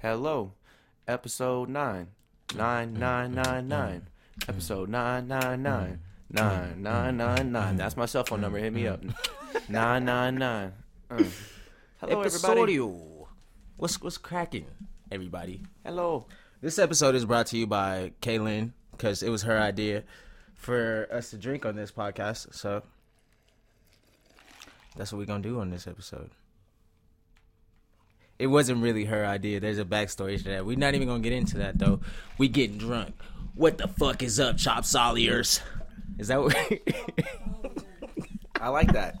Hello, episode nine, nine nine nine nine, episode nine nine nine, nine nine nine nine. That's my cell phone number. Hit me up. Nine nine nine. Uh. Hello, everybody. Episodio. What's what's cracking, everybody? Hello. This episode is brought to you by Kaylin because it was her idea for us to drink on this podcast. So that's what we're gonna do on this episode. It wasn't really her idea. There's a backstory to that. We're not even gonna get into that though. We getting drunk. What the fuck is up, chop solliers? Is that what I like that.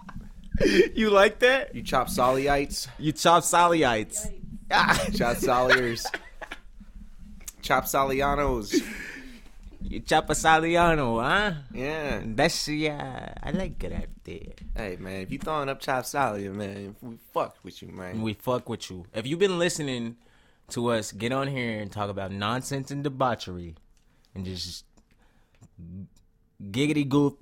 you like that? You chop sollyites, You chop sollyites. Ah, chop solliers, chop sollianos. You chop a solliano, huh? Yeah. That's yeah, I like it out there. Hey man, if you throwing up chop sollier, man, we fucked with you, And man. we fuck with you. If you've been listening to us, get on here and talk about nonsense and debauchery, and just giggity goop,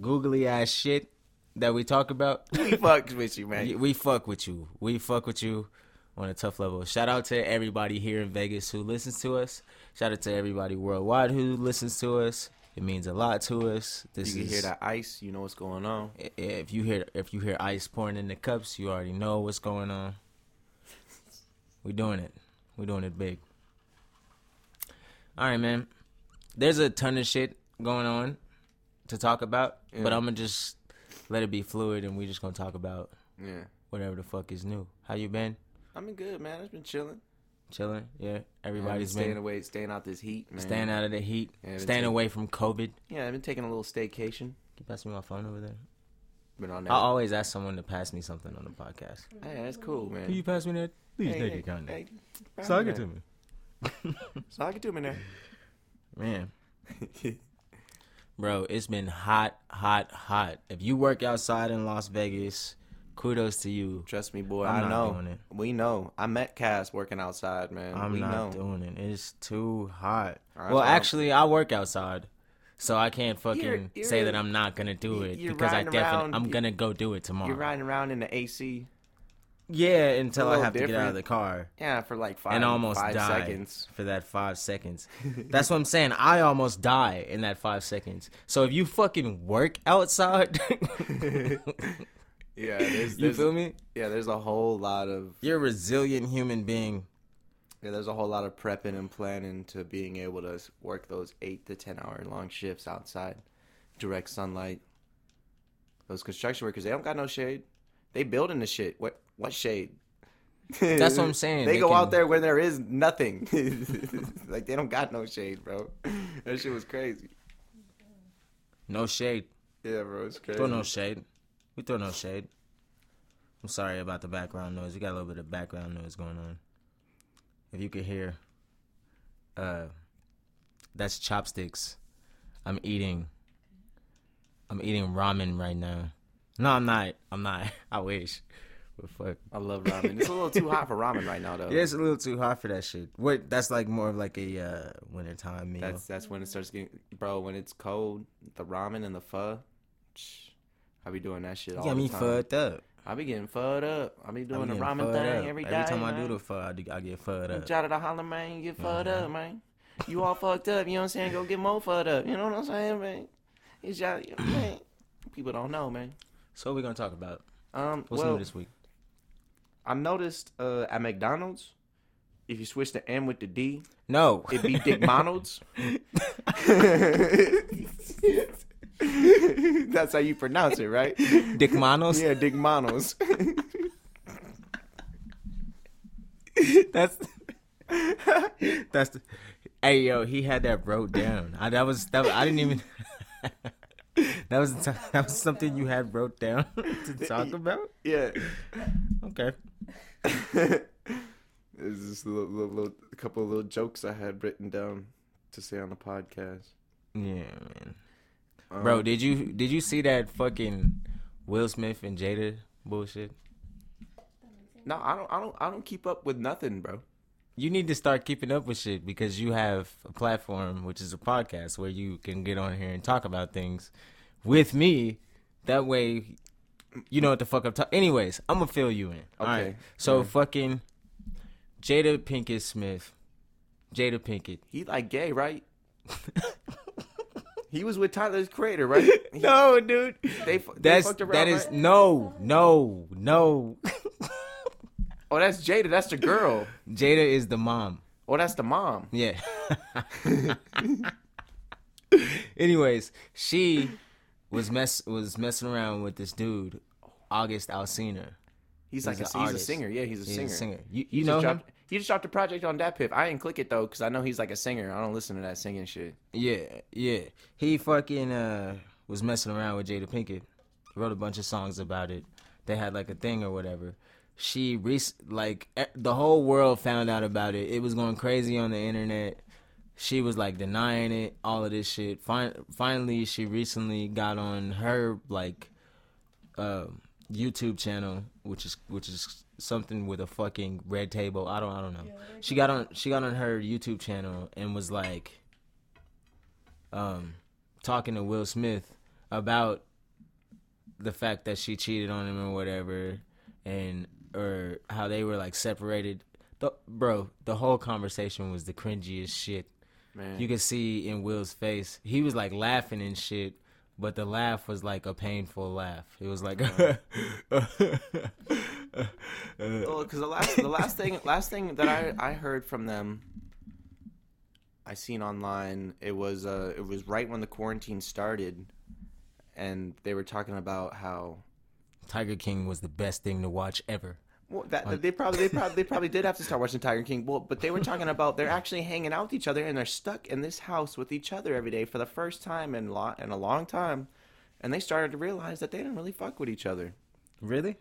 googly ass shit that we talk about. We fucked with you, we, man. we fuck with you. We fuck with you on a tough level. Shout out to everybody here in Vegas who listens to us. Shout out to everybody worldwide who listens to us. It means a lot to us. This You can is hear that ice, you know what's going on. I- if you hear if you hear ice pouring in the cups, you already know what's going on. We doing it. We doing it big. All right, man. There's a ton of shit going on to talk about, but I'm gonna just let it be fluid, and we just gonna talk about Yeah. whatever the fuck is new. How you been? I've been good, man. I've been chilling. Chilling? Yeah. I've been Everybody's staying been away, staying out this heat, man. staying out of the heat, Yeah, I've been staying taking- away from COVID. Can Yeah, I've been taking a little staycation. you pass me my phone over there? Been on I that. always ask someone to pass me something on the podcast. Hey, that's cool, man. Can you pass me that? Please, Hey, take hey, it kindly. hey, hey, Suck man. it to me. Suck it to me now. Man. Bro, it's been hot, hot, hot. If you work outside in Las Vegas, kudos to you. Trust me, boy. I'm i not know. doing it. We know. I met Cass working outside, man. I'm we not know. doing it. It's too hot. All right, well, so- actually, I work outside. So I can't fucking you're- say that I'm not gonna do it you're because I riding definitely around- I'm gonna go do it tomorrow. You're riding around in the AC. Yeah, until I little have to get out of different. the car. Yeah, for like five and almost five die seconds. for that five seconds. That's what I'm saying. I almost die in that five seconds. So if you fucking work outside, Yeah, there's, you there's, feel me? yeah, there's a whole lot of You're a resilient human being. yeah, there's a whole lot of prepping and planning to being able to s- work those eight to ten hour long shifts outside, direct sunlight. Those construction workers, they don't got no shade. They building the shit. What what shade? That's what I'm saying. They, They go can- out there where there is nothing. like they don't got no shade, bro. That shit was crazy. No shade. Yeah, bro, it's crazy. Throw no shade. We throw no shade. I'm sorry about the background noise. We got a little bit of background noise going on. If you could hear, uh, that's chopsticks. I'm eating. I'm eating ramen right now. No, I'm not. I'm not. I wish. But fuck. I love ramen. It's a little too hot for ramen right now, though. Yeah, it's a little too hot for that shit. What? That's like more of like a uh, wintertime meal. That's that's when it starts getting, bro. When it's cold, the ramen and the pho. psh, I be doing that shit all yeah, the me time. fucked up. I be getting fucked up. I be I'm doing the getting ramen fucked thing up. every day. Every time man. I do the Uh-huh. pho, I, do, I get fucked up. Shout out to Holland, man. You get fucked up, man. You all fucked up. You know what I'm saying? Go get more fucked up. You know what I'm saying, man? It's y'all, you know, man. People don't know, man. So what we gonna talk about? Um, What's well, new this week? I noticed uh, at McDonald's, if you switch the M with the D, No. it be Dick Monald's. That's how you pronounce it, right? Dick Manos. Yeah, Dick Monos. That's that's. The, hey yo, he had that wrote down. I that was that, I didn't even. that was the time- that was something you had wrote down to talk about. yeah. Okay. It's just a little, little, little, a couple of little jokes I had written down to say on the podcast. Yeah, man. Um, Bro, did you did you see that fucking Will Smith and Jada bullshit? No, I don't, I don't, I don't keep up with nothing, bro. You need to start keeping up with shit because you have a platform, which is a podcast, where you can get on here and talk about things with me. That way, you know what the fuck I'm talking. Anyways, I'm gonna fill you in. All Okay. right. So fucking Jada Pinkett Smith. Jada Pinkett. He like gay, right? he was with Tyler's creator, right? He- No, dude. they, fu- they That's fucked around, that is right? no, no, no. Oh, that's Jada. That's the girl. Jada is the mom. Oh, that's the mom. Yeah. Anyways, she was mess was messing around with this dude, August Alcina. He's, an like a, he's a artist. singer. Yeah, he's a He's singer. a singer. You you He know just, him? dropped, he just dropped a project on that pip. I didn't click it though because I know he's like a singer. I don't listen to that singing shit. Yeah, yeah. He fucking uh was messing around with Jada Pinkett. Wrote a bunch of songs about it. They had like a thing or whatever. She rec- like e- the whole world found out about it. It was going crazy on the internet. She was like denying it, all of this shit. Fin- finally, she recently got on her like um YouTube channel, which is which is something with a fucking red table. I don't I don't know. she got on she got on her YouTube channel and was like um, talking to Will Smith about the fact that she cheated on him or whatever, and or how they were like separated. The, bro, the whole conversation was the cringiest shit. Man, You could see in Will's face, he was like laughing and shit, but the laugh was like a painful laugh. It was like, Well, because the last the last thing last thing that I I heard from them, I seen online. It was uh it was right when the quarantine started, and they were talking about how Tiger King was the best thing to watch ever. well that they probably they probably they probably did have to start watching Tiger King. Well, but they were talking about they're actually hanging out with each other and they're stuck in this house with each other every day for the first time in lot in a long time, and they started to realize that they didn't really fuck with each other. Really?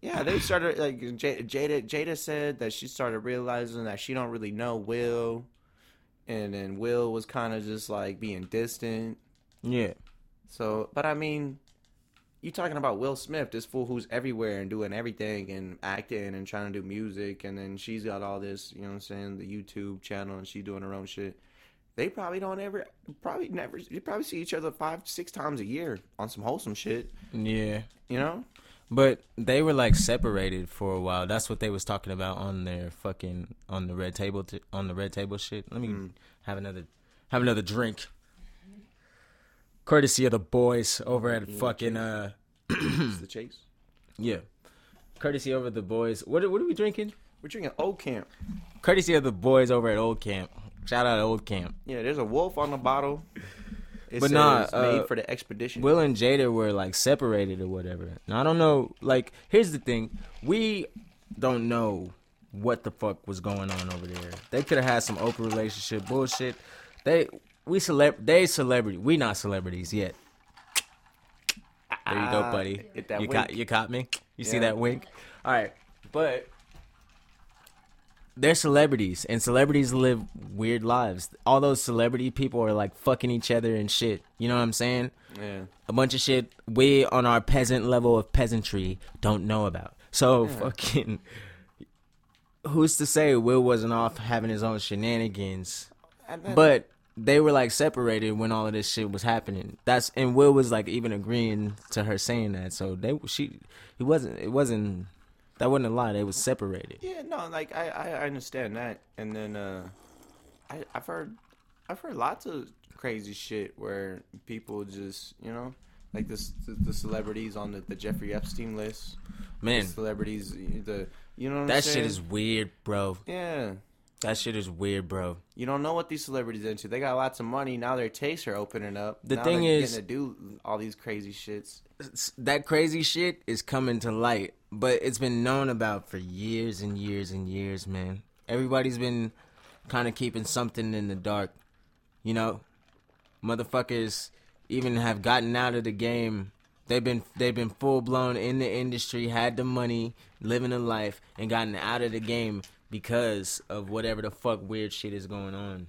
Yeah, they started like J- Jada. Jada said that she started realizing that she don't really know Will, and then Will was kind of just like being distant. Yeah. So, but I mean, you talking about Will Smith, this fool who's everywhere and doing everything and acting and trying to do music, and then she's got all this, you know what I'm saying, the YouTube channel and she doing her own shit. They probably don't ever, probably never, you probably see each other five, six times a year on some wholesome shit, Yeah. you know? But they were like separated for a while. That's what they was talking about on their fucking on the red table t- on the red table shit. Let me have another have another drink. Courtesy of the boys over at fucking uh it's the chase. yeah. Courtesy over the boys. What are- what are we drinking? We're drinking Old Camp. Courtesy of the boys over at Old Camp. Shout out to Old Camp. Yeah, there's a wolf on the bottle. It But says nah, uh, made for the expedition. Will and Jada were like separated or whatever. And I don't know. Like, here's the thing: we don't know what the fuck was going on over there. They could have had some open relationship bullshit. They we celeb they celebrity. We not celebrities yet. There you go, Ah, buddy. hit that you caught wink. you caught me. You see Yeah. that wink? All right, but they're celebrities, and celebrities live weird lives. All those celebrity people are like fucking each other and shit. You know what I'm saying? yeah, a bunch of shit we on our peasant level of peasantry don't know about. So fucking who's to say Will wasn't off having his own shenanigans? And then- But they were like separated when all of this shit was happening. That's and Will was like even agreeing to her saying that. So they she it wasn't it wasn't that wasn't a lie. They was separated. yeah, no, like I, I I understand that, and then uh, I I've heard I've heard lots of crazy shit where people just you know like this the, the celebrities on the, the Jeffrey Epstein list, Man, celebrities the you know what I'm that shit saying? is weird, bro. yeah. That shit is weird, bro. You don't know what these celebrities into. They got lots of money now. Their tastes are opening up. The Now thing they're is- getting to do all these crazy shits. that crazy shit is coming to light, but it's been known about for years and years and years, man. Everybody's been kind of keeping something in the dark, you know. Motherfuckers even have gotten out of the game. They've been they've been full blown in the industry, had the money, living a life, and gotten out of the game because of whatever the fuck weird shit is going on.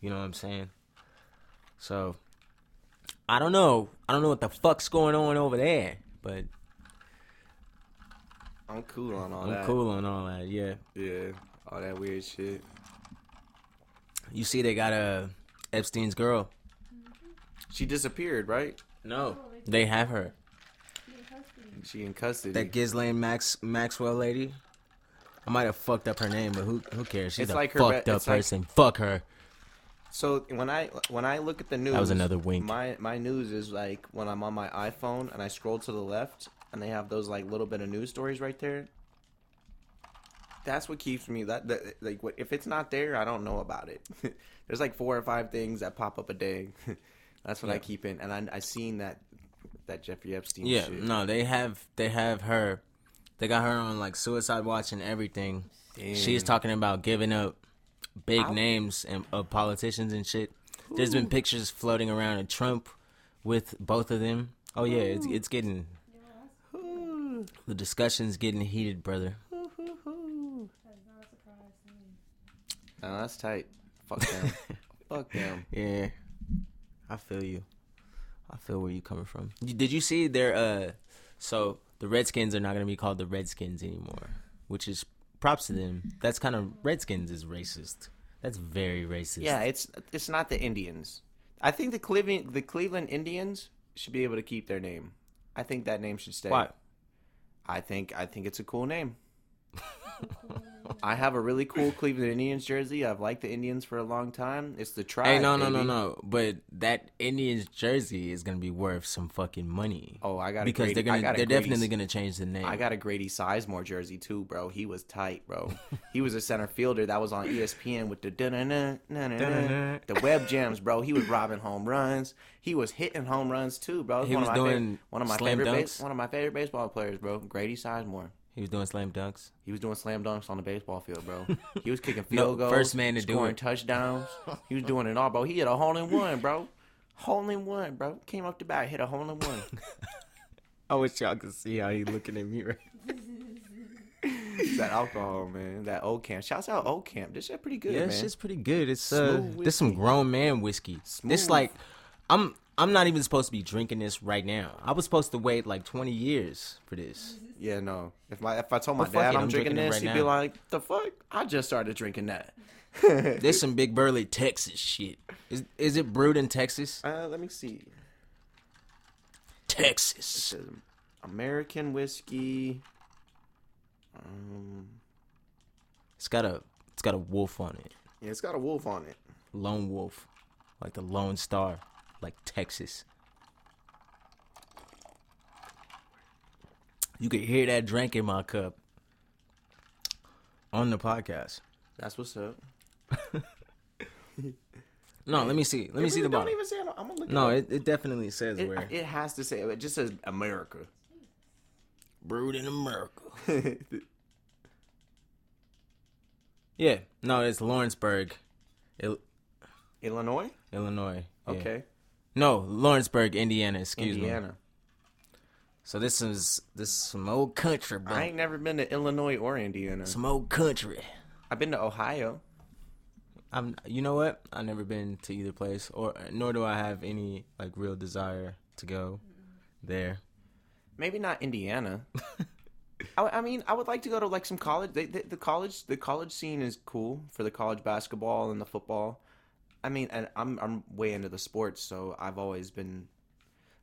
You know what I'm saying? So I don't know. I don't know what the fuck's going on over there, but I'm cool on all I'm that. cool on all that. Yeah, Yeah, all that weird shit. you see, they got a Epstein's girl. She disappeared, right? No, they have her. She in custody. That Ghislaine Max Maxwell lady. I might have fucked up her name, but who who cares? She's It's a like her re- fucked up it's like- person. Fuck her. So when I when I look at the news, was another wink. My my news is like when I'm on my iPhone and I scroll to the left and they have those like little bit of news stories right there. That's what keeps me that, that like what, if it's not there, I don't know about it. There's like four or five things that pop up a day. That's what I Yeah. keep in, and I I seen that that Jeffrey Epstein. Yeah, shit. no, they have they have her. They got her on like suicide watch and everything. She's talking about giving up big names and of politicians and shit. There's been pictures floating around of Trump with both of them. Oh yeah, it's it's getting the discussion's getting heated, brother. That's not a surprise to me. No, that's tight. Fuck them. Fuck them. Yeah, I feel you. I feel where you coming from. Y- Did you see their uh? So the Redskins are not gonna be called the Redskins anymore, which is props to them. That's kind of Redskins is racist. That's very racist. Yeah, it's it's not the Indians. I think the Cleveland the Cleveland Indians should be able to keep their name. I think that name should stay. Why? I think I think it's a cool name. I have a really cool Cleveland Indians jersey. I've liked the Indians for a long time. It's the tribe. Hey, no, no, no, baby. no. But that Indians jersey is gonna be worth some fucking money. Oh, I got a because Grady- they're I gonna got a they're Grady's- definitely gonna change the name. I got a Grady Sizemore jersey too, bro. He was tight, bro. he was a center fielder that was on ESPN with the da-na-na, na-na-na, the web jams, bro. He was robbing home runs. He was hitting home runs too, bro. He one was of my favorite- doing one of my slam favorite dunks? Base, one of my favorite baseball players, bro. Grady Sizemore. He was doing slam dunks. He was doing slam dunks on the baseball field, bro. He was kicking No, field goals, first man to do scoring it. touchdowns. He was doing it all, bro. He hit a hole in one, bro. Hole in one, bro. Came up the bat, hit a hole in one. I wish y'all could see how he looking at me right. It's that alcohol, man. That old camp. Shouts out old camp. This shit pretty good, Yeah, man. it's just pretty good. It's uh, Smooth this some grown man whiskey. It's Smooth. like, I'm I'm not even supposed to be drinking this right now. I was supposed to wait like 20 years for this. Yeah, no. If my if I told my But fuck dad it, I'm, I'm drinking, drinking it this, right he'd be now. like, "The fuck? I just started drinking that." Uh, This some big burly Texas shit. Is is it brewed in Texas? Uh, let me see. Texas. Says American whiskey. Um, It's got a it's got a wolf on it. yeah, it's got a wolf on it. Lone wolf, like the Lone Star, like Texas. You could hear that drink in my cup on the podcast. That's what's up. No, let me see. Let me It see really the don't bottle. even say. I'm, I'm gonna look. No, it, it, it definitely says up. where. it, it has to say. It just says America. Brewed in America. yeah, no, it's Lawrenceburg, Il- Illinois. Illinois. Yeah. Okay. No, Lawrenceburg, Indiana. Excuse me. Indiana. So this is this is some old country, bro. I ain't never been to Illinois or Indiana. Some old country. I've been to Ohio. I'm. You know what? I've never been to either place, or nor do I have any like real desire to go there. Maybe not Indiana. I, I mean, I would like to go to like some college. They, they, the college, the college scene is cool for the college basketball and the football. I mean, and I'm I'm way into the sports, so I've always been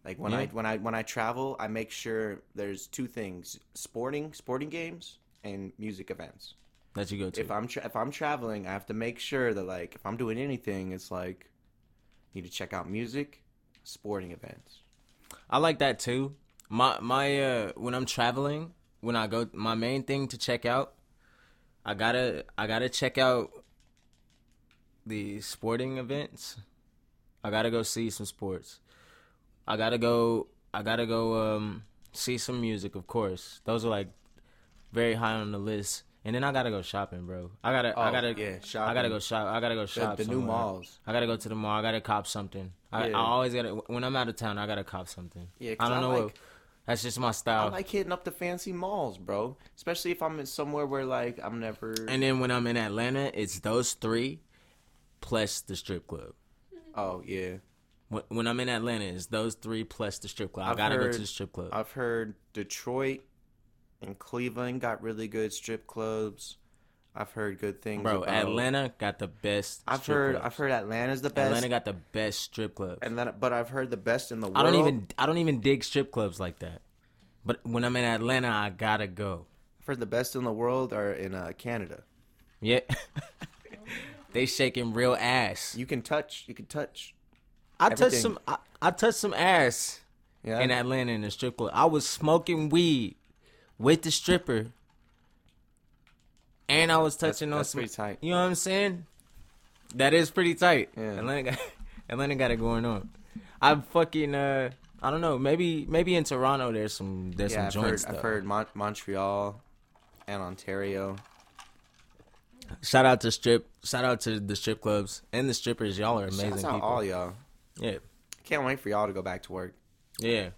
like when I Yeah. when I when I travel, I make sure there's two things: sporting sporting games and music events. That you go to. If I'm tra- if I'm traveling, I have to make sure that like if I'm doing anything, it's like need to check out music, sporting events. I like that too. My my uh when I'm traveling, when I go my main thing to check out, I gotta I gotta check out the sporting events. I gotta go see some sports. I gotta go I gotta go um see some music, of course. Those are like very high on the list. And then I gotta go shopping, bro. I gotta I Oh, gotta yeah, I gotta shopping. go shop I gotta go shop the new somewhere. malls. I gotta go to the mall. I gotta cop something. I, Yeah. I always gotta when I'm out of town. I gotta cop something. Yeah, I 'cause don't I know. what, like- that's just my style. I like hitting up the fancy malls, bro. Especially if I'm in somewhere where like I'm never. and then when I'm in Atlanta, it's those three plus the strip club. oh yeah, When, when I'm in Atlanta, it's those three plus the strip club. i I've gotta go heard- to the strip club. I've heard Detroit and Cleveland got really good strip clubs. I've heard good things, Bro, about- Atlanta got the best. I've strip heard clubs. I've heard Atlanta's the best, Atlanta got the best strip clubs. and then but I've heard the best in the world. I don't even I don't even dig strip clubs like that. But when I'm in Atlanta, I gotta go. for the best in the world are in uh, Canada. Yeah. they shaking real ass. You can touch. You can touch. I touched everything. some I, I touched some ass Yeah. in Atlanta in the strip club. I was smoking weed with the stripper. And I was touching on that's some pretty tight. You know what I'm saying? That is pretty tight. Yeah. Atlanta got Atlanta got it going on. I fucking uh I don't know, maybe maybe in Toronto there's some there's yeah, I've some heard, joints I've though. heard Mon- Montreal and Ontario. Shout out to strip shout out to the strip clubs and the strippers. Y'all are amazing Shouts out people. all y'all. yeah. Can't wait for y'all to go back to work. Yeah.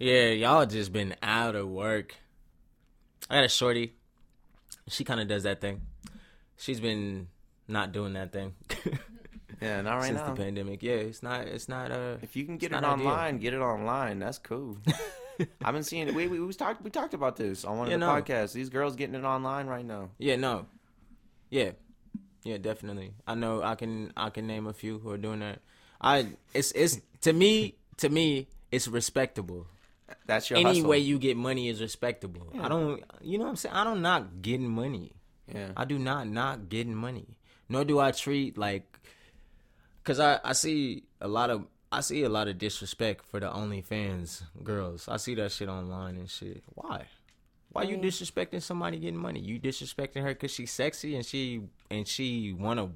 Yeah, y'all just been out of work. I got a shorty. She kind of does that thing. She's been not doing that thing Yeah, not right since now. the pandemic. Yeah, it's not it's not uh If you can get It's it not ideal. online, get it online. That's cool. I've been seeing it. We, we, we talked we talked about this on one of You the know. podcasts. These girls getting it online right now. Yeah, no. Yeah. Yeah, definitely. I know I can I can name a few who are doing that. I it's it's to me to me it's respectable. That's your Any hustle. way you get money is respectable. I don't you know what I'm saying? I don't knock getting money. yeah. I do not not getting money. Nor do I treat like, cause I I see a lot of I see a lot of disrespect for the OnlyFans girls. I see that shit online and shit. Why? Why Mm. you disrespecting somebody getting money? You disrespecting her cause she's sexy and she and she wanna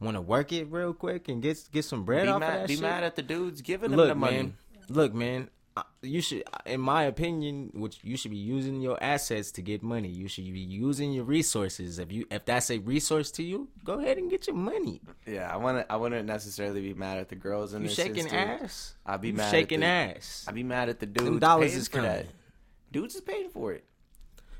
wanna work it real quick and get get some bread Be off of mad, that be shit. mad at the dudes giving them look, the money. man. Look, man. I- You should, in my opinion, which you should be using your assets to get money. You should be using your resources. If you, if that's a resource to you, go ahead and get your money. Yeah, I wouldn't. I wouldn't necessarily be mad at the girls in You this. shaking instance. ass. I'd be You mad at Shaking the- ass. I'd be mad at the dudes. Them dollars paying is for that. coming. Dudes is paying for it.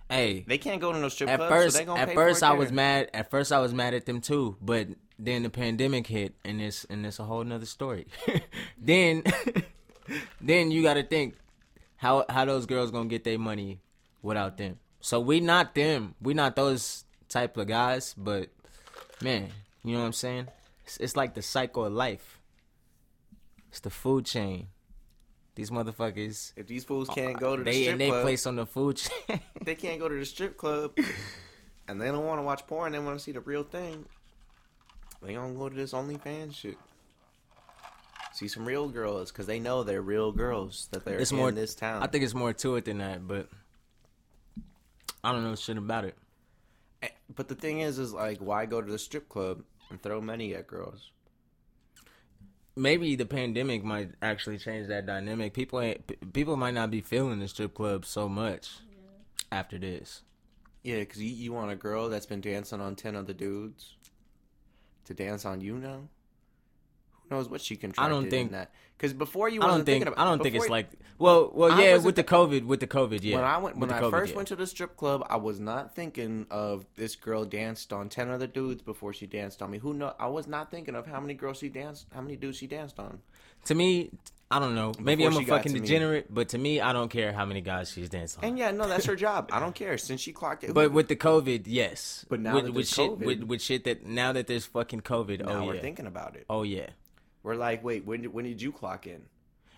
Hey, They can't go to no strip at club. first, so they gonna at pay first for it I was there. mad. At first I was mad at them too. But then the pandemic hit, and it's and it's a whole nother story. then, then you got to think how how those girls gonna get their money without them. So we not them. We not those type of guys. But man, you know what I'm saying? It's, it's like the cycle of life. It's the food chain. These motherfuckers. If these fools can't go to the They strip and they club, place on the food chain. they can't go to the strip club, and they don't want to watch porn. They want to see the real thing. They gonna go to this OnlyFans shit. See some real girls because they know they're real girls that they're it's in more this town. I think it's more to it than that, but I don't know shit about it. Eh, But the thing is, is like, why go to the strip club and throw money at girls? Maybe the pandemic might actually change that dynamic. People ain't, p- people might not be feeling the strip club so much after this. Yeah, because you, you want a girl that's been dancing on 10 other dudes to dance on you now? Who knows what she contracted I don't think, think- in that? Because before you I wasn't don't think thinking about I don't think before- it's like well well I yeah wasn't with the thi- COVID with the COVID yeah When I went when With the I COVID, first yeah. went to the strip club, I was not thinking of this girl danced on 10 other dudes before she danced on me. Who know? I was not thinking of how many girls she danced, how many dudes she danced on. to me I don't know maybe Before I'm a she got fucking to me. degenerate but to me I don't care how many guys she's dancing And on. yeah, no, that's her job. I don't care. Since she clocked it, But with the COVID yes But now with, that with there's shit with COVID- with shit that now that there's fucking COVID now oh we're yeah thinking about it. oh yeah We're like, wait, when did, when did you clock in?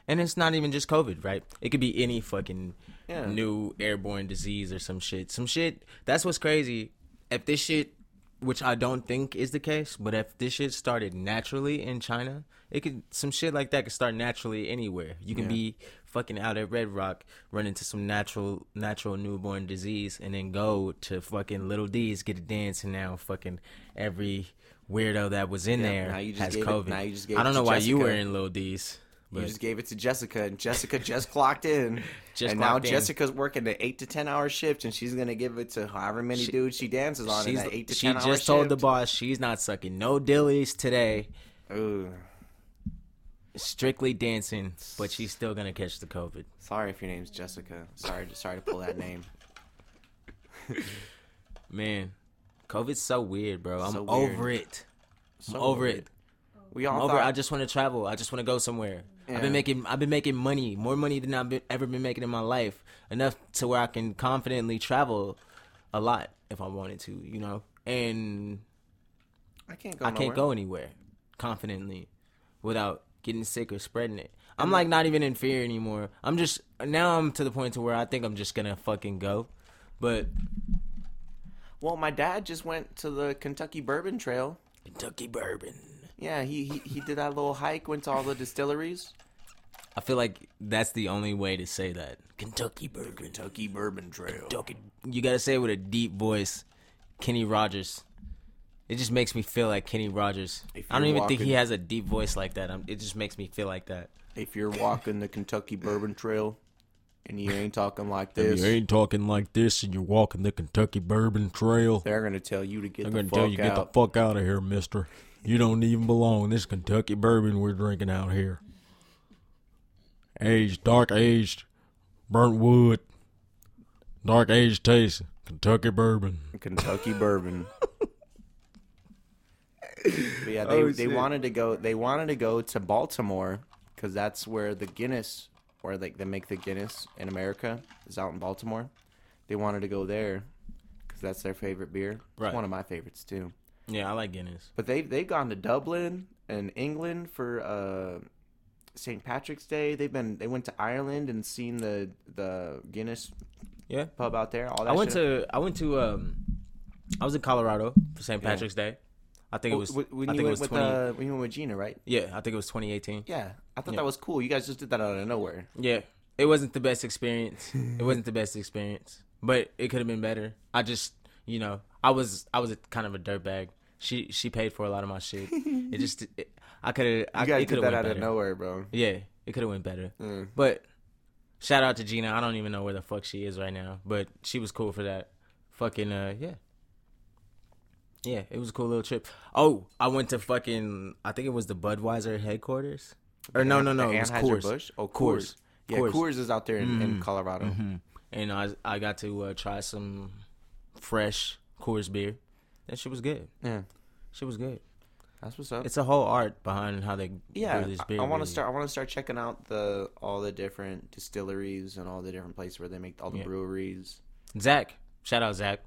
And it's not even just COVID, right? It could be any fucking Yeah. new airborne disease or some shit. Some shit. That's what's crazy. If this shit, which I don't think is the case, but if this shit started naturally in China, it could some shit like that could start naturally anywhere. You can be fucking out at Red Rock, run into some natural natural newborn disease, and then go to fucking Little D's get a dance, and now fucking every weirdo that was in Yeah, there now you just has gave it- COVID. now you just gave I it don't to know why you Jessica. were in Little D's. You but- just gave it to Jessica, and Jessica just clocked in. Just and now clocked in. Jessica's working an eight to ten hour shift, and she's gonna give it to however many dudes she dances on in She's, that eight to she ten hour just shift. told the boss she's not sucking no dillies today. Ooh, Strictly dancing, but she's still gonna catch the COVID. sorry if your name's Jessica. Sorry, to, sorry to pull that name. Man, COVID's so weird, bro. I'm So weird. over it. So I'm over weird. it. We all I'm over. it. thought I just want to travel. I just want to go somewhere. I've Yeah. been making. I've been making money, more money than I've been, ever been making in my life, enough to where I can confidently travel a lot if I wanted to, you know. And I can't go. I can't nowhere. go anywhere confidently without getting sick or spreading it. I'm like not even in fear anymore. I'm just now I'm to the point to where I think I'm just gonna fucking go. But Well, my dad just went to the Kentucky Bourbon Trail. Kentucky bourbon. Yeah, he he, he did that little hike, went to all the distilleries. I feel like that's the only way to say that. Kentucky bourbon. Kentucky Bourbon Trail. Kentucky. You gotta say it with a deep voice. Kenny Rogers. It just makes me feel like Kenny Rogers. If I don't you're even think he walking- has a deep voice like that. I'm, it just makes me feel like that. If you're walking the Kentucky Bourbon Trail and you ain't talking like this, ain't talking like this, and you're walking the Kentucky Bourbon Trail. they're gonna tell you to get the gonna fuck out. fuck out of here, mister. You don't even belong. This Kentucky bourbon we're drinking out here. Aged, dark aged, burnt wood, dark aged taste, Kentucky bourbon. Kentucky bourbon. But yeah, Oh, they, they wanted to go. They wanted to go to Baltimore because that's where the Guinness, or like they make the Guinness in America, is out in Baltimore. They wanted to go there because that's their favorite beer. Right. It's one of my favorites too. Yeah, I like Guinness. But they they've gone to Dublin and England for uh, St. Patrick's Day. They've been they went to Ireland and seen the the Guinness Yeah, pub out there. All that. I went shit. to I went to um, I was in Colorado for St. Patrick's Day. I think it was When- when I you think went it was with, twenty. uh, when you went with Gina, right? yeah, I think it was 2018. Yeah, I thought Yeah. that was cool. You guys just did that out of nowhere. Yeah, it wasn't the best experience. it wasn't the best experience, but it could have been better. I just, you know, I was I was a, kind of a dirtbag. She she paid for a lot of my shit. It just it, I could have You I guys it could did have that went out better. of nowhere, bro. Yeah, it could have went better. Mm. But shout out to Gina. I don't even know where the fuck she is right now, but she was cool for that. Fucking uh yeah. Yeah, it was a cool little trip. Oh, I went to fucking I think it was the Budweiser headquarters. Or no, no, no, The it was Anheuser Coors. Busch. Oh, Coors. Coors. Yeah, Coors. Mm-hmm. Coors. is out there in, in Colorado. And I I got to uh, try some fresh Coors beer. That shit was good. Yeah, Shit was good. that's what's up. It's a whole art behind how they yeah, brew this I- beer. I, want really. to start. I want to start checking out the all the different distilleries and all the different places where they make all the Yeah. breweries. Zach. Shout out Zach.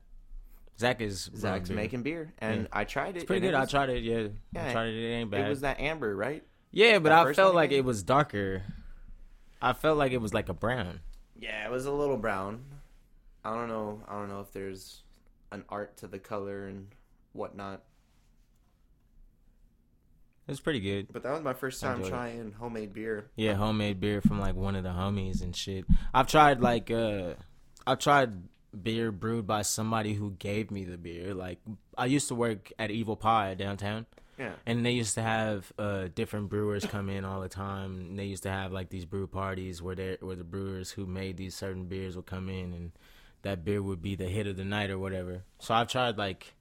Zach is brewing Zach's beer. making beer, and I tried it. It's and pretty good. It I was, tried it. Yeah, I Yeah, tried it. It ain't bad. It was that amber, right? yeah, but that I first one felt like again? it was darker. I felt like it was like a brown. Yeah, it was a little brown. I don't know. I don't know if there's an art to the color and whatnot. It was pretty good. But that was my first I time enjoyed it. trying homemade beer. Yeah, homemade beer from like one of the homies and shit. I've tried like uh, I've tried beer brewed by somebody who gave me the beer. Like I used to work at Evil Pie downtown. Yeah. And they used to have uh, different brewers come in all the time. And they used to have like these brew parties where they where the brewers who made these certain beers would come in, and that beer would be the hit of the night or whatever. So I've tried like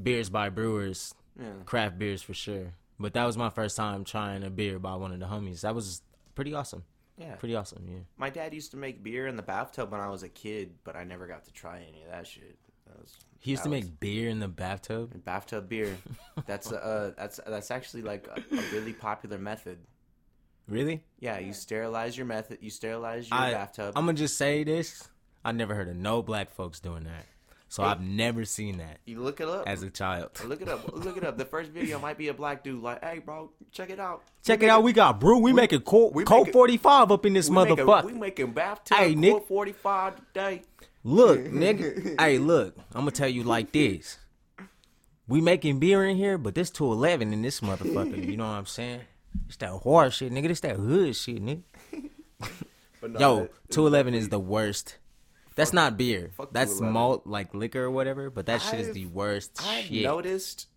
beers by brewers, Yeah. craft beers for sure. But that was my first time trying a beer by one of the homies. That was pretty awesome. Yeah. Pretty awesome. Yeah. My dad used to make beer in the bathtub when I was a kid, but I never got to try any of that shit. That was He used to that was- make beer in the bathtub. bathtub beer. That's uh that's that's actually like a, a really popular method. Really? Yeah, you sterilize your method. You sterilize your I, bathtub. I'm gonna just say this. I never heard of no black folks doing that. So I've never seen that. you look it up. as a child. look it up. Look it up. The first video might be a black dude like, "Hey, bro, check it out. Check it out, we got brew. We, making Colt, we Colt make it- 45 up in this We making- motherfucker. we making bathtub Hey, hey, Nick. 45 today. Look, nigga. hey, look. I'm gonna tell you like this. We making beer in here, but this 211 in this motherfucker. You know what I'm saying? It's that hard shit, nigga. It's that hood shit, nigga. But no, Yo, that- 211 is the worst. That's not beer. fuck That's 211. malt, like liquor or whatever. But that shit is I've- the worst I've shit. noticed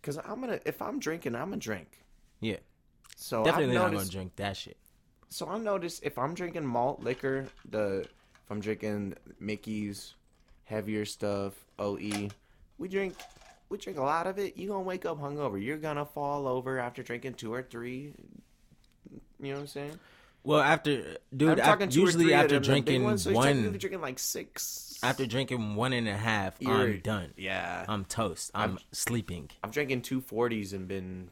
because I'm gonna if I'm drinking, I'm gonna drink. yeah, So definitely I've not noticed, gonna drink that shit. So I noticed if I'm drinking malt liquor, the if I'm drinking Mickey's, heavier stuff, OE, we drink we drink a lot of it. You gonna wake up hungover. You're gonna fall over after drinking two or three. You know what I'm saying? Well, after I'm dude, after, talking two or usually three of after them, the big drinking ones, so you're one, technically drinking like six. after drinking one and a half, You're- I'm done. yeah, I'm toast. I'm, sleeping. I've drinking two forties and been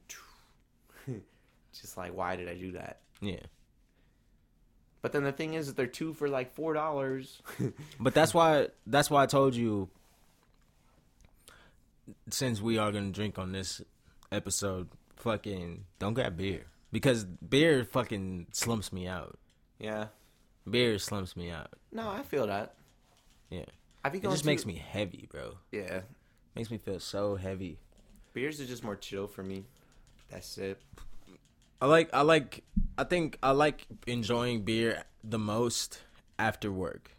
just like, why did I do that? Yeah. But then the thing is that they're two for like four dollars. But that's why that's why I told you since we are gonna drink on this episode, fucking don't grab beer. Because beer fucking slumps me out. yeah. Beer slumps me out. No, I feel that. Yeah. I be It going just makes to- me heavy, bro. Yeah, Makes me feel so heavy. beers are just more chill for me. That's it. I like I like I think I like enjoying beer the most after work.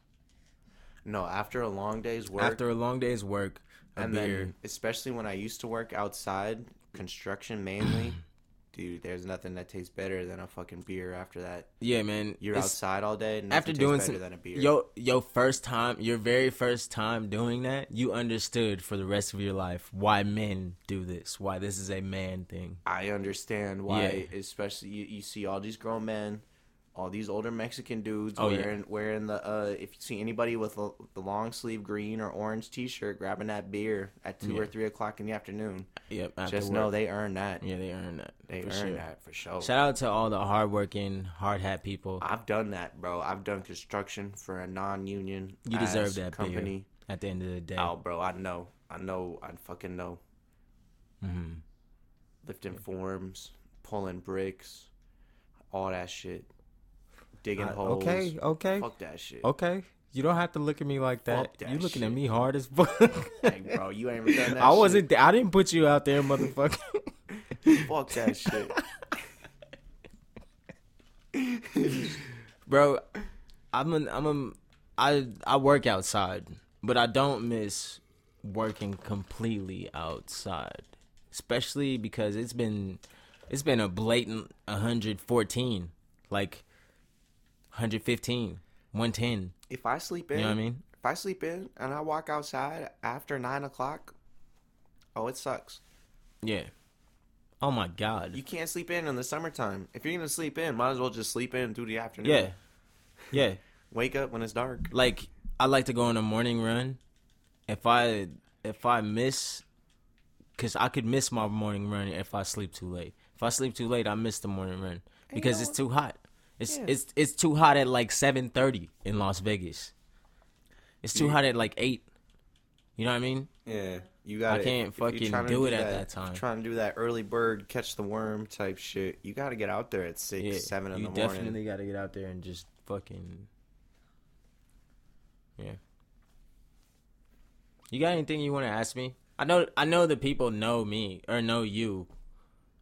No, after a long day's work, After a long day's work, a and beer. then especially when I used to work outside construction mainly, dude, there's nothing that tastes better than a fucking beer. After that, yeah, man. you're it's- outside all day. Nothing after tastes doing better some, than a beer. yo yo first time your very first time doing that, you understood for the rest of your life why men do this, why this is a man thing. I understand why, especially you, you see all these grown men, all these older Mexican dudes Oh, yeah. wearing wearing the uh, if you see anybody with a, the long sleeve green or orange t shirt grabbing that beer at two or Yeah. three o'clock in the afternoon, Yep, after just work. know they earn that. yeah, they earn that. They for earn sure. that for sure. Shout out to all the hardworking, hard hat people I've done that, bro. I've done construction for a non-union. You deserve ass that beer. company. at the end of the day. Oh, bro, I know, I know, I fucking know. hmm Lifting forms, pulling bricks, all that shit, digging I- holes. Uh, okay, okay, Fuck that shit. okay. You don't have to look at me like that. Fuck that you looking at shit. me hard as fuck. Like, bro, you ain't ever done that. I shit? wasn't. I didn't put you out there, motherfucker. Fuck that shit. bro. I'm an. I'm an. I I work outside, but I don't miss working completely outside, especially because it's been it's been a blatant 114, like 115, 110. If I sleep in, You know what I mean? if I sleep in and I walk outside after nine o'clock, oh, it sucks. Yeah. Oh my god. You can't sleep in in the summertime. If you're gonna sleep in, might as well just sleep in through the afternoon. yeah. Yeah. Wake up when it's dark. like I like to go on a morning run. If I if I miss, because I could miss my morning run if I sleep too late. If I sleep too late, I miss the morning run because know it's too hot. It's Yeah. it's it's too hot at like seven thirty in Las Vegas. It's too hot at like eight. You know what I mean? Yeah, you got. can't fucking do it at that time. Trying to do that early bird catch the worm type shit. You got to get out there at six, seven in you the morning. definitely gotta get out there and just fucking. Yeah. You got anything you want to ask me? I know I know the people know me or know you,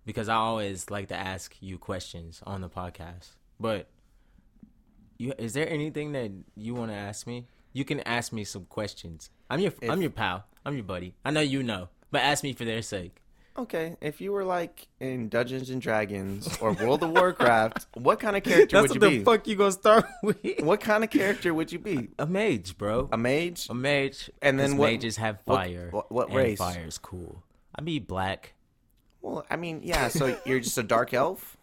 because I always like to ask you questions on the podcast. But you is there anything that you want to ask me? You can ask me some questions. I'm your I'm your pal. I'm your buddy. I know you know, but ask me for their sake. Okay, if you were like in Dungeons and Dragons or World of Warcraft, what kind of character would you be? fuck you gonna start with. What kind of character would you be? A mage, bro. A mage? A mage, And then 'cause what- mages have what- fire. what- what and race? Fire is cool. I mean, black. Well, I mean, yeah. So you're just a dark elf.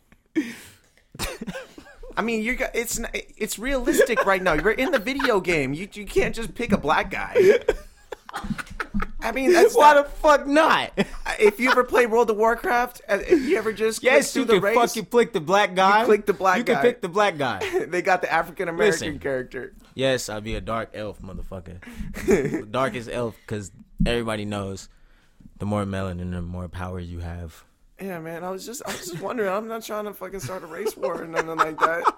I mean, you got it's n- it's realistic right now. You're in the video game. You you can't just pick a black guy. I mean, that's Why not- the fuck not? if you ever play World of Warcraft, uh, if you ever just click yes, through you the can race, fucking click the black guy. click the black You guy. can pick the black guy. they got the African American Listen. character. yes, I'd be a dark elf, motherfucker. Darkest elf, because everybody knows the more melanin, the more power you have. Yeah, man. I was just I was just wondering. I'm not trying to fucking start a race war or nothing like that.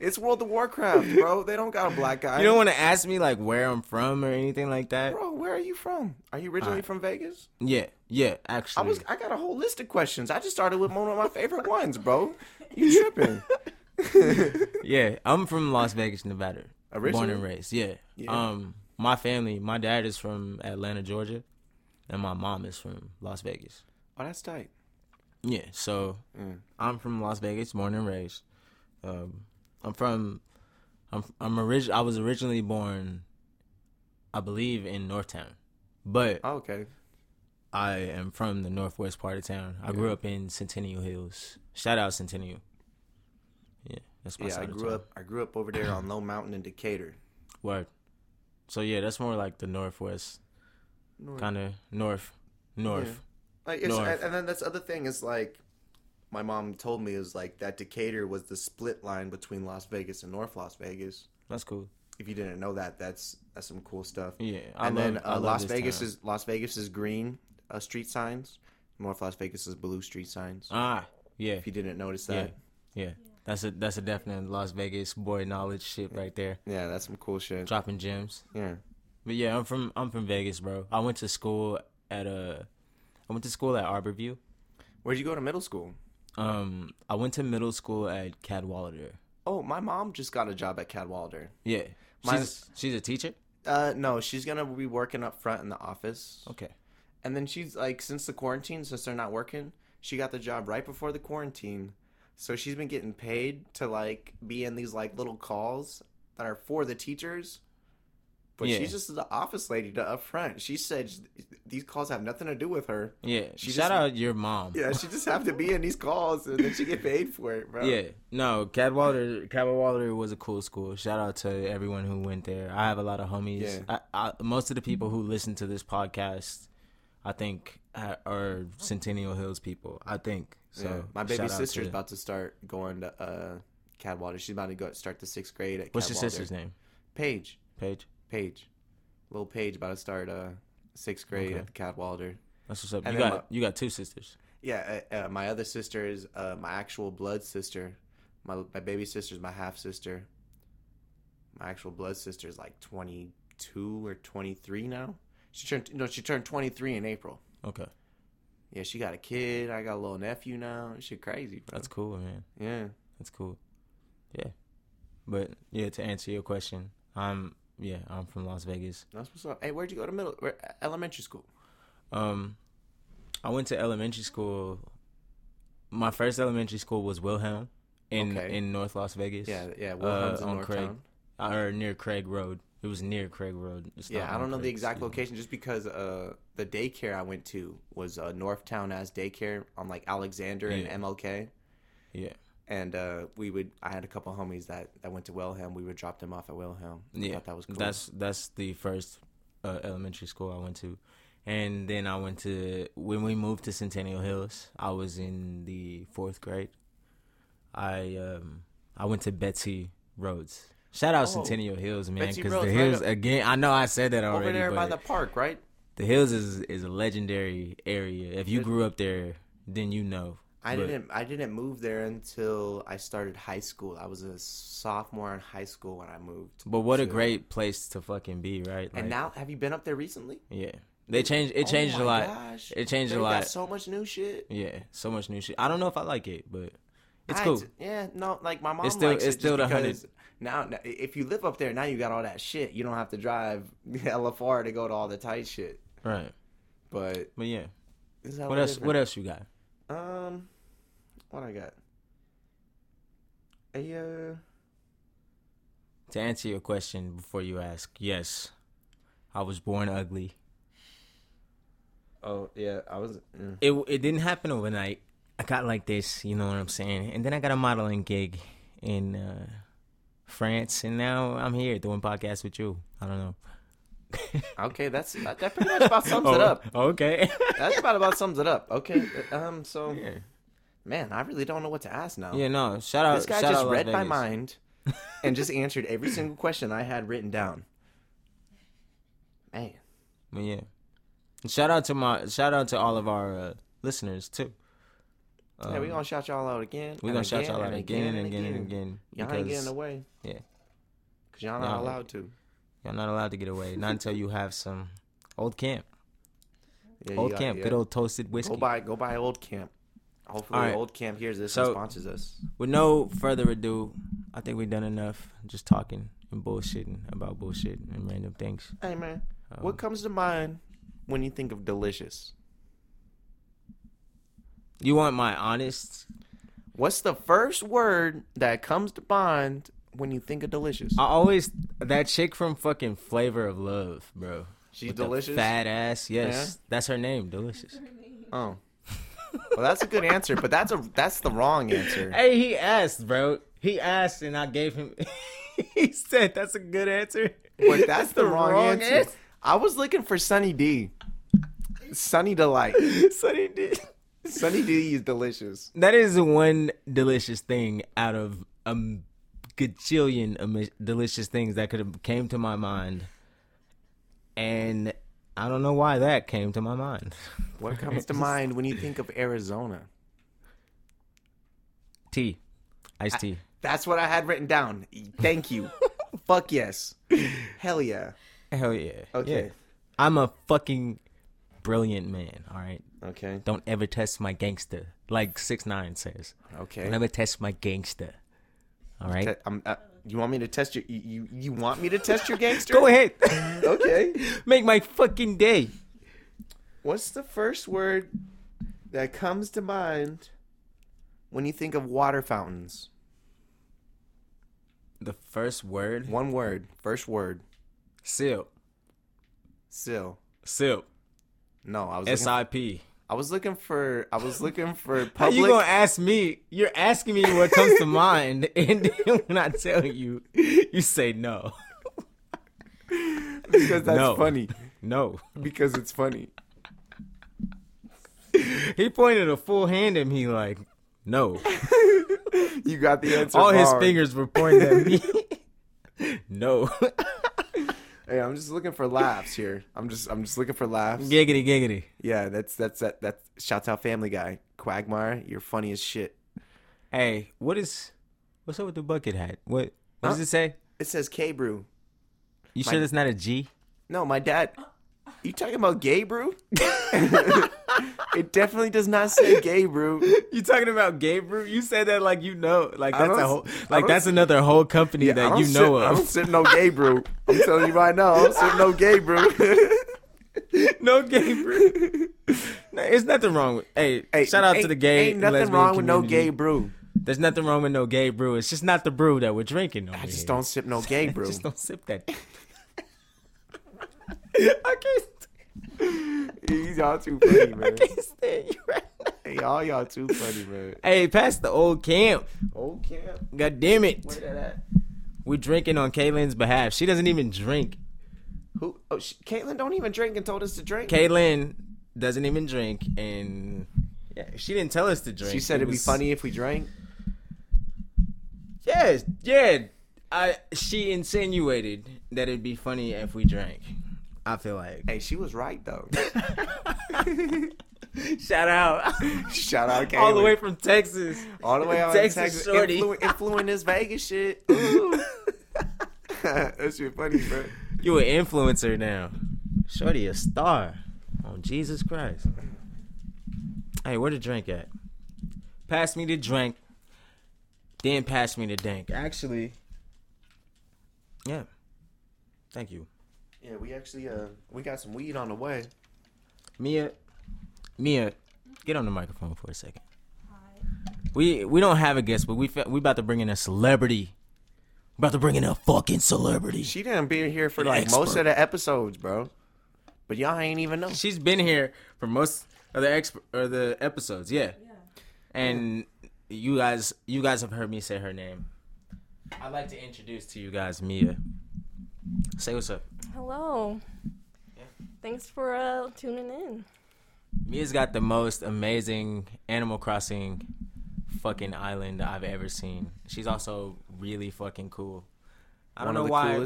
It's World of Warcraft, bro. They don't got a black guy. You don't want to ask me like where I'm from or anything like that. bro. Where are you from? Are you originally Alright. from Vegas? Yeah, yeah. I Actually, was I got a whole list of questions. I just started with one of my favorite ones, bro. You tripping? Yeah, I'm from Las Vegas, Nevada. Born Originally? and raised. Yeah. Oh, Yeah. Um, my family, my dad is from Atlanta, Georgia, and my mom is from Las Vegas. Oh, that's tight. Yeah. So I'm from Las Vegas, born and raised. Um, I'm from. I'm I'm orig- I was originally born, I believe, in Northtown, but Oh, okay. I am from the northwest part of town. I grew up in Centennial Hills. Shout out Centennial. Yeah, that's my Yeah, side I of grew town. up. I grew up over there on Low Mountain in Decatur. Word. So yeah, that's more like the northwest North. kind of north, north. Like it's, North. and, and then that's other thing is like, my mom told me is like that Decatur was the split line between Las Vegas and North Las Vegas. That's cool. If you didn't know that, that's that's some cool stuff. Yeah, I and love, then I uh, love Las this Vegas town. is Las Vegas is green uh, street signs. North Las Vegas is blue street signs. ah yeah if you didn't notice yeah that, yeah. That's a that's a definite Las Vegas boy knowledge shit right there. yeah, that's some cool shit. Dropping gems. Yeah. But yeah, I'm from I'm from Vegas, bro. I went to school at uh, I went to school at Arborview. Where'd you go to middle school? Um, I went to middle school at Cadwalader. Oh, my mom just got a job at Cadwalader. Yeah, she's Mine's- she's a teacher. Uh, no, she's gonna be working up front in the office, Okay. and then she's like, since the quarantine, since they're not working, she got the job right before the quarantine, so she's been getting paid to like be in these like little calls that are for the teachers. But Yeah. she's just the office lady to up front. She said sh- these calls have nothing to do with her. Yeah. She Shout just- out your mom. Yeah, she just have to be in these calls, and then she get paid for it, bro. Yeah, no, Cadwalader, Cadwalader was a cool school. Shout out to everyone who went there. I have a lot of homies. I, I, most of the people who listen to this podcast, I think, ha- are Centennial Hills people. I think so. Yeah. my baby shout out sister's to- about to start going to uh, Cadwallader. She's about to go start the sixth grade at What's your Cadwallader. sister's name? Paige. Paige. Paige. Little Paige about to start uh sixth grade Okay. at the Cadwalader. That's what's up. And you then got you got two sisters. Yeah, uh, uh, my other sister is uh, my actual blood sister. My my baby sister's my half sister. My actual blood sister is like 22 or 23 now. She turned no, she turned 23 in April. Okay, Yeah, she got a kid. I got a little nephew now. She crazy, bro. that's cool, man. yeah. That's cool. Yeah, but yeah, to answer your question, I'm yeah, I'm from Las Vegas. That's what's up. Hey, where'd you go to middle where, elementary school? Um, I went to elementary school. My first elementary school was Wilhelm in Okay. in North Las Vegas. Yeah, yeah, Wilhelm's in Uh, on Northtown. Craig. or near Craig Road. It was near Craig Road. It's Yeah, not I on don't know the Craig, exact excuse me. location just because uh, the daycare I went to was uh, Northtown as daycare on like Alexander Yeah. and MLK. Yeah, And uh, we would, I had a couple homies that, that went to Wilhelm. We would drop them off at Wilhelm. I yeah, thought that was cool. that's that's the first uh, elementary school I went to, and then I went to when we moved to Centennial Hills. I was in the fourth grade. I um I went to Betsy Rhodes. Shout out Oh, Centennial Hills, man, Betsy because Rhodes, the right hills up- again. I know I said that already. Over there by but- the park, right? The hills is is a legendary area. If you grew up there, then you know. I But- didn't I didn't move there until I started high school. I was a sophomore in high school when I moved. But what a to- great place to fucking be, right? And Like, now, have you been up there recently? yeah, they changed. It Oh changed my a lot. gosh. It changed They a got lot. so much new shit. yeah, so much new shit. I don't know if I like it, but it's I- cool. yeah, no, like my mom It's still- likes it's it still just the hundred. because now, now- if you live up there, now you got all that shit. You don't have to drive hella far to go to all the tight shit. right, But but yeah. it's hella What else? different. What e-, else you got? Um, what I got? A uh, To answer your question before you ask, yes, I was born ugly. oh yeah, I was. mm. It it didn't happen overnight. I got like this, you know what I'm saying. And then I got a modeling gig in uh, France, and now I'm here doing podcasts with you. I don't know. Okay, that's that, that pretty much about sums it up. Oh, Okay. That's about about sums it up. Okay, um, so yeah. man, I really don't know what to ask now. No. Shout out. Oh. this guy Uh, shout just out Las read my Vegas. mind and just answered every single question I had written down. Man. But yeah. Shout out to my. Shout out to all of our uh, listeners too. yeah, Um, we're gonna shout y'all out again. we and gonna shout y'all out and again and again and again. Y'all ain't because getting away. yeah. Cause y'all not Y'all- allowed to. Y'all not allowed to get away. Not until you have some old camp. Yeah, Old you got- camp. yeah. Good old toasted whiskey. Go buy, go buy old camp. Hopefully, All right. old camp hears this So- and sponsors us. With no further ado, I think we've done enough just talking and bullshitting about bullshit and random things. Hey man, Um, what comes to mind when you think of delicious? You want my honest? What's the first word that comes to mind when you think of delicious? I always that chick from fucking Flavor of Love, bro. She's With the delicious. Fat ass. Yes, that's her name. Delicious. Oh, well, that's a good answer, but that's a that's the wrong answer. Hey, he asked, bro. He asked, and I gave him. he said, "That's a good answer." But that's, the, wrong, answer. I was looking for Sunny D. Sunny Delight. So he did. Sunny D is delicious. That is one delicious thing out of a m- gajillion ami- delicious things that could have came to my mind, and I don't know why that came to my mind. What comes to mind when you think of Arizona? Tea, iced tea. That's what I had written down. Thank you. Fuck yes. Hell yeah. Hell yeah. Okay. Yeah. I'm a fucking brilliant man. All right. Okay. Don't ever test my gangster, like six nine says. Okay. Don't ever test my gangster. All right. Te- I'm, uh, you want me to test your? You, you you want me to test your gangster? Go ahead. Okay. Make my fucking day. What's the first word that comes to mind when you think of water fountains? The first word. One word. First word. Sip. Sill. Sip. No, I was. S Looking, I P. I was looking for. I was looking for How public. you gonna ask me? You're asking me what comes to mind, and then when I tell you, you say no, because that's No. funny. no. Because it's funny. He pointed a full hand at me like, no. You got the answer. All his wrong. fingers were pointing at me. no. Hey, I'm just looking for laughs here. I'm just. I'm just looking for laughs. Yeah. giggity giggity. that's that's that. That shouts out Family Guy. Quagmire, you're funny as shit. Hey, what is what's up with the bucket hat? What what does Huh? it say? It says K Brew. You sure that's not a G? No, my dad. You talking about gay brew? it definitely does not say gay brew. You talking about Gabriel? You said that like you know, like I that's don't a s- whole, I like don't that's another whole company I that don't you know sip- I don't of. sip no gay brew. I'm telling you right now, I don't sip no gay brew. No Gabriel. No, it's nothing wrong with. Hey, Hey, shout out to ain't- the gay. Ain't and nothing lesbian wrong with no community. gay brew. There's nothing wrong with no gay brew. It's just not the brew that we're drinking. Over I just here. don't sip no gay brew. Just don't sip that. I can't. Y- y'all too funny, I man. can't stand you right now. Hey, y'all, y'all too funny, man. Hey, pass the old camp. Okay. God damn it. We're drinking on Kaylin's behalf. She doesn't even drink. Who? Oh, sh- Caitlin don't even drink and told us to drink. Kaylin doesn't even drink, and yeah, she didn't tell us to drink. she said It it'd be was- funny if we drank. Yeah, yeah. I she insinuated that it'd be funny if we drank. I feel like. Hey, she was right though. Shout out. Shout out, Caitlin. All the way from Texas. All the way out Texas, in Texas. shorty. Influ- influencing this Vegas shit. Ooh. that shit funny, bro. You an influencer now. Shorty a star. On Jesus Christ. Hey, where the drink at? Pass me the drink. Then pass me the dank. Actually. Yeah. Thank you. Yeah, we actually uh we got some weed on the way. Mia. Mia, get on the microphone for a second. We we don't have a guest, but we fe- we about to bring in a celebrity. about to bring in a fucking celebrity. She didn't be here for An like most expert. of the episodes, bro. But y'all ain't even know. She's been here for most of the exp- or the episodes, yeah. Yeah. And you guys, you guys have heard me say her name. I'd like to introduce to you guys Mia. Say what's up. Hello. Thanks for uh, tuning in. Mia's got the most amazing Animal Crossing fucking island I've ever seen. She's also really fucking cool. I don't know why.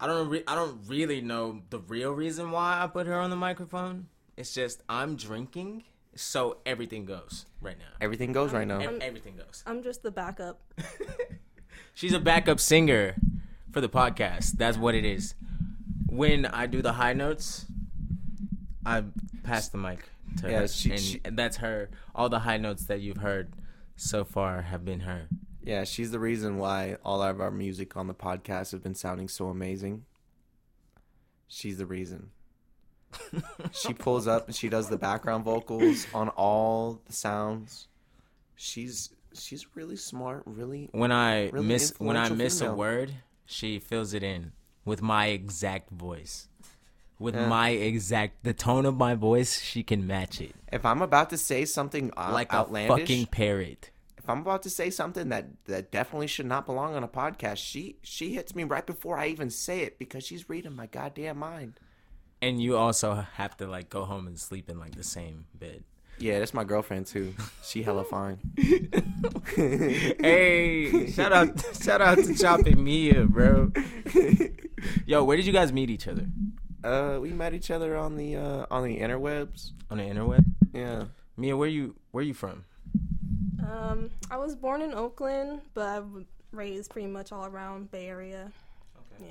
I don't. Re- I don't really know the real reason why I put her on the microphone. It's just I'm drinking, so everything goes right now. Everything goes right now. Ev- everything goes. I'm just the backup. She's a backup singer for the podcast. That's what it is. When I do the high notes, I pass the mic to Yeah, her. she- and she- that's her. All the high notes that you've heard so far have been her. Yeah, she's the reason why all of our music on the podcast has been sounding so amazing. She's the reason. she pulls up and she does the background vocals on all the sounds. She's she's really smart, really When I Really miss when I influential miss a female. word, she fills it in with my exact voice. With Yeah. my exact the tone of my voice, she can match it. If I'm about to say something out- Like outlandish, a fucking parrot. if I'm about to say something that that definitely should not belong on a podcast, she she hits me right before I even say it because she's reading my goddamn mind. And you also have to like go home and sleep in like the same bed. Yeah, that's my girlfriend too. She hella fine. hey, shout out, shout out to Chop and Mia, bro. Yo, where did you guys meet each other? Uh, we met each other on the uh on the interwebs. On the interweb. Yeah, Mia, where you where you from? Um, I was born in Oakland, but I was raised pretty much all around Bay Area. Yeah.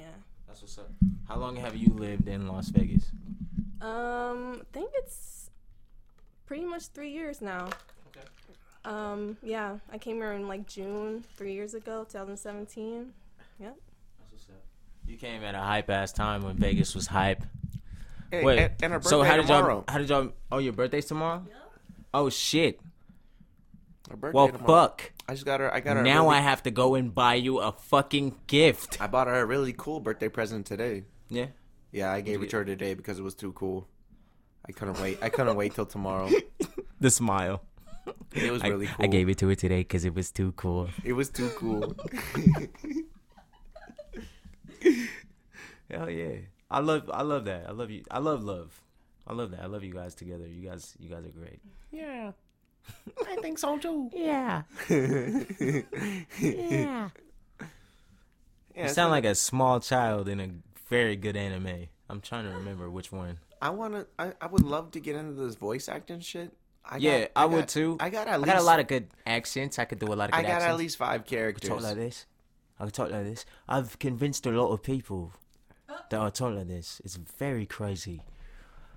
That's what's up. How long have you lived in Las Vegas? Um, I think it's pretty much three years now. Okay. Um, yeah, I came here in like June three years ago, 2017. That's what's up. You came at a hype ass time when Vegas was hype. Hey, Wait, and, and her birthday so how did tomorrow. y'all? How did y'all? Oh, your birthday's tomorrow. Yeah. Oh shit. Her birthday Well, tomorrow. fuck. I just got her. I got her. a Now really- I have to go and buy you a fucking gift. I bought her a really cool birthday present today. Yeah. Yeah, I gave it to her today because it was too cool. I couldn't wait. I couldn't wait till tomorrow. The smile. It was I, really cool. I gave it to her today because it was too cool. It was too cool. Hell yeah. I love. I love that. I love you. I love love. I love that. I love you guys together. You guys. You guys are great. Yeah. I think so too. Yeah. yeah. You sound like a small child in a very good anime. I'm trying to remember which one. I wanna. I, I would love to get into this voice acting shit. I yeah, got- I, would got- too. I got at I least. got a lot of good accents. I could do a lot of good I got accents. at least five I could talk like characters. this. I could talk like this. I've convinced a lot of people that I talk like this. It's very crazy.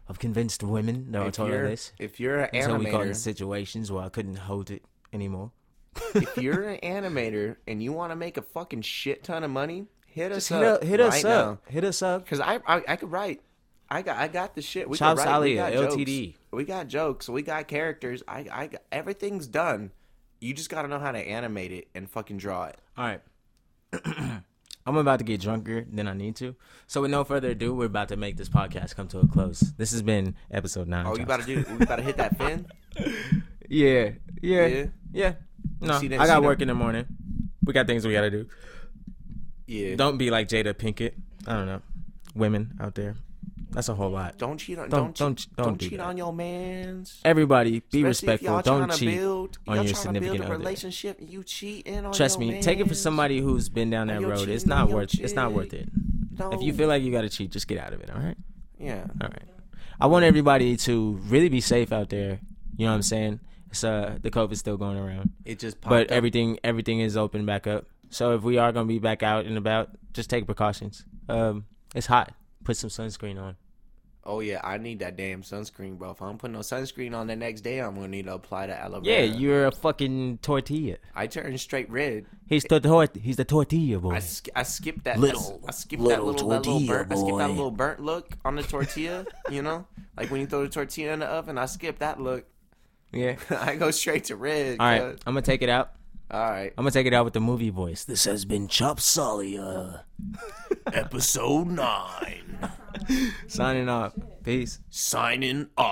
I've convinced women that I If talk like you're, this. if you're an Until we got in animator, situations where I couldn't hold it anymore. if you're an animator and you want to make a fucking shit ton of money, hit us Just hit, up. up, hit us right now. up. Hit us up. Cause I, I I could write. I got I got the shit. We Chops could write. We Alia, got LTD. Jokes. We got jokes. We got characters. I I got- everything's done. You just gotta know how to animate it and fucking draw it. All right. I'm about to get drunker than I need to. So, with no further ado, we're about to make this podcast come to a close. This has been episode nine. Oh, you Josh. about to do? We about to hit that fin? Yeah, yeah, Yeah. yeah. No, See that- I see got that- work in the morning. We got things we got to do. Yeah. Don't, Don't be like Jada Pinkett. I don't know. Women out there. That's a whole lot. cheat on don't Don't- don't don't- don't don't, do cheat that. on your man's. Everybody, be Especially if respectful. y'all Don't tryna cheat build, on y'all your tryna significant build a other. relationship. You cheating on Trust your me, take it from mans. somebody who's been down that Or your road. It's cheating on not your worth it's not worth chick. it. No. If you feel like you gotta cheat, just get out of it, all right? yeah. All right. I want everybody to really be safe out there. You know what I'm saying? It's uh the COVID's still going around. It just popped But up. everything everything is open back up. So if we are gonna be back out and about, just take precautions. Um it's hot. Put some sunscreen on. Oh yeah, I need that damn sunscreen, bro. If I don't put no sunscreen on the next day, I'm gonna need to apply the aloe Yeah, vera. you're a fucking tortilla. I turned straight red. He's the tor- he's the tortilla boy. I, sk- I skipped that Little- little. I, skipped little that little, that little tortilla, burnt. I skipped that boy. little burnt look on the tortilla. you know, like when you throw the tortilla in the oven. I skip that look. Yeah. I go straight to red. All right, I'm gonna take it out. All right. I'm gonna take it out with the movie voice. This has been Chop Solia Episode nine. signing off. Peace. Signing up.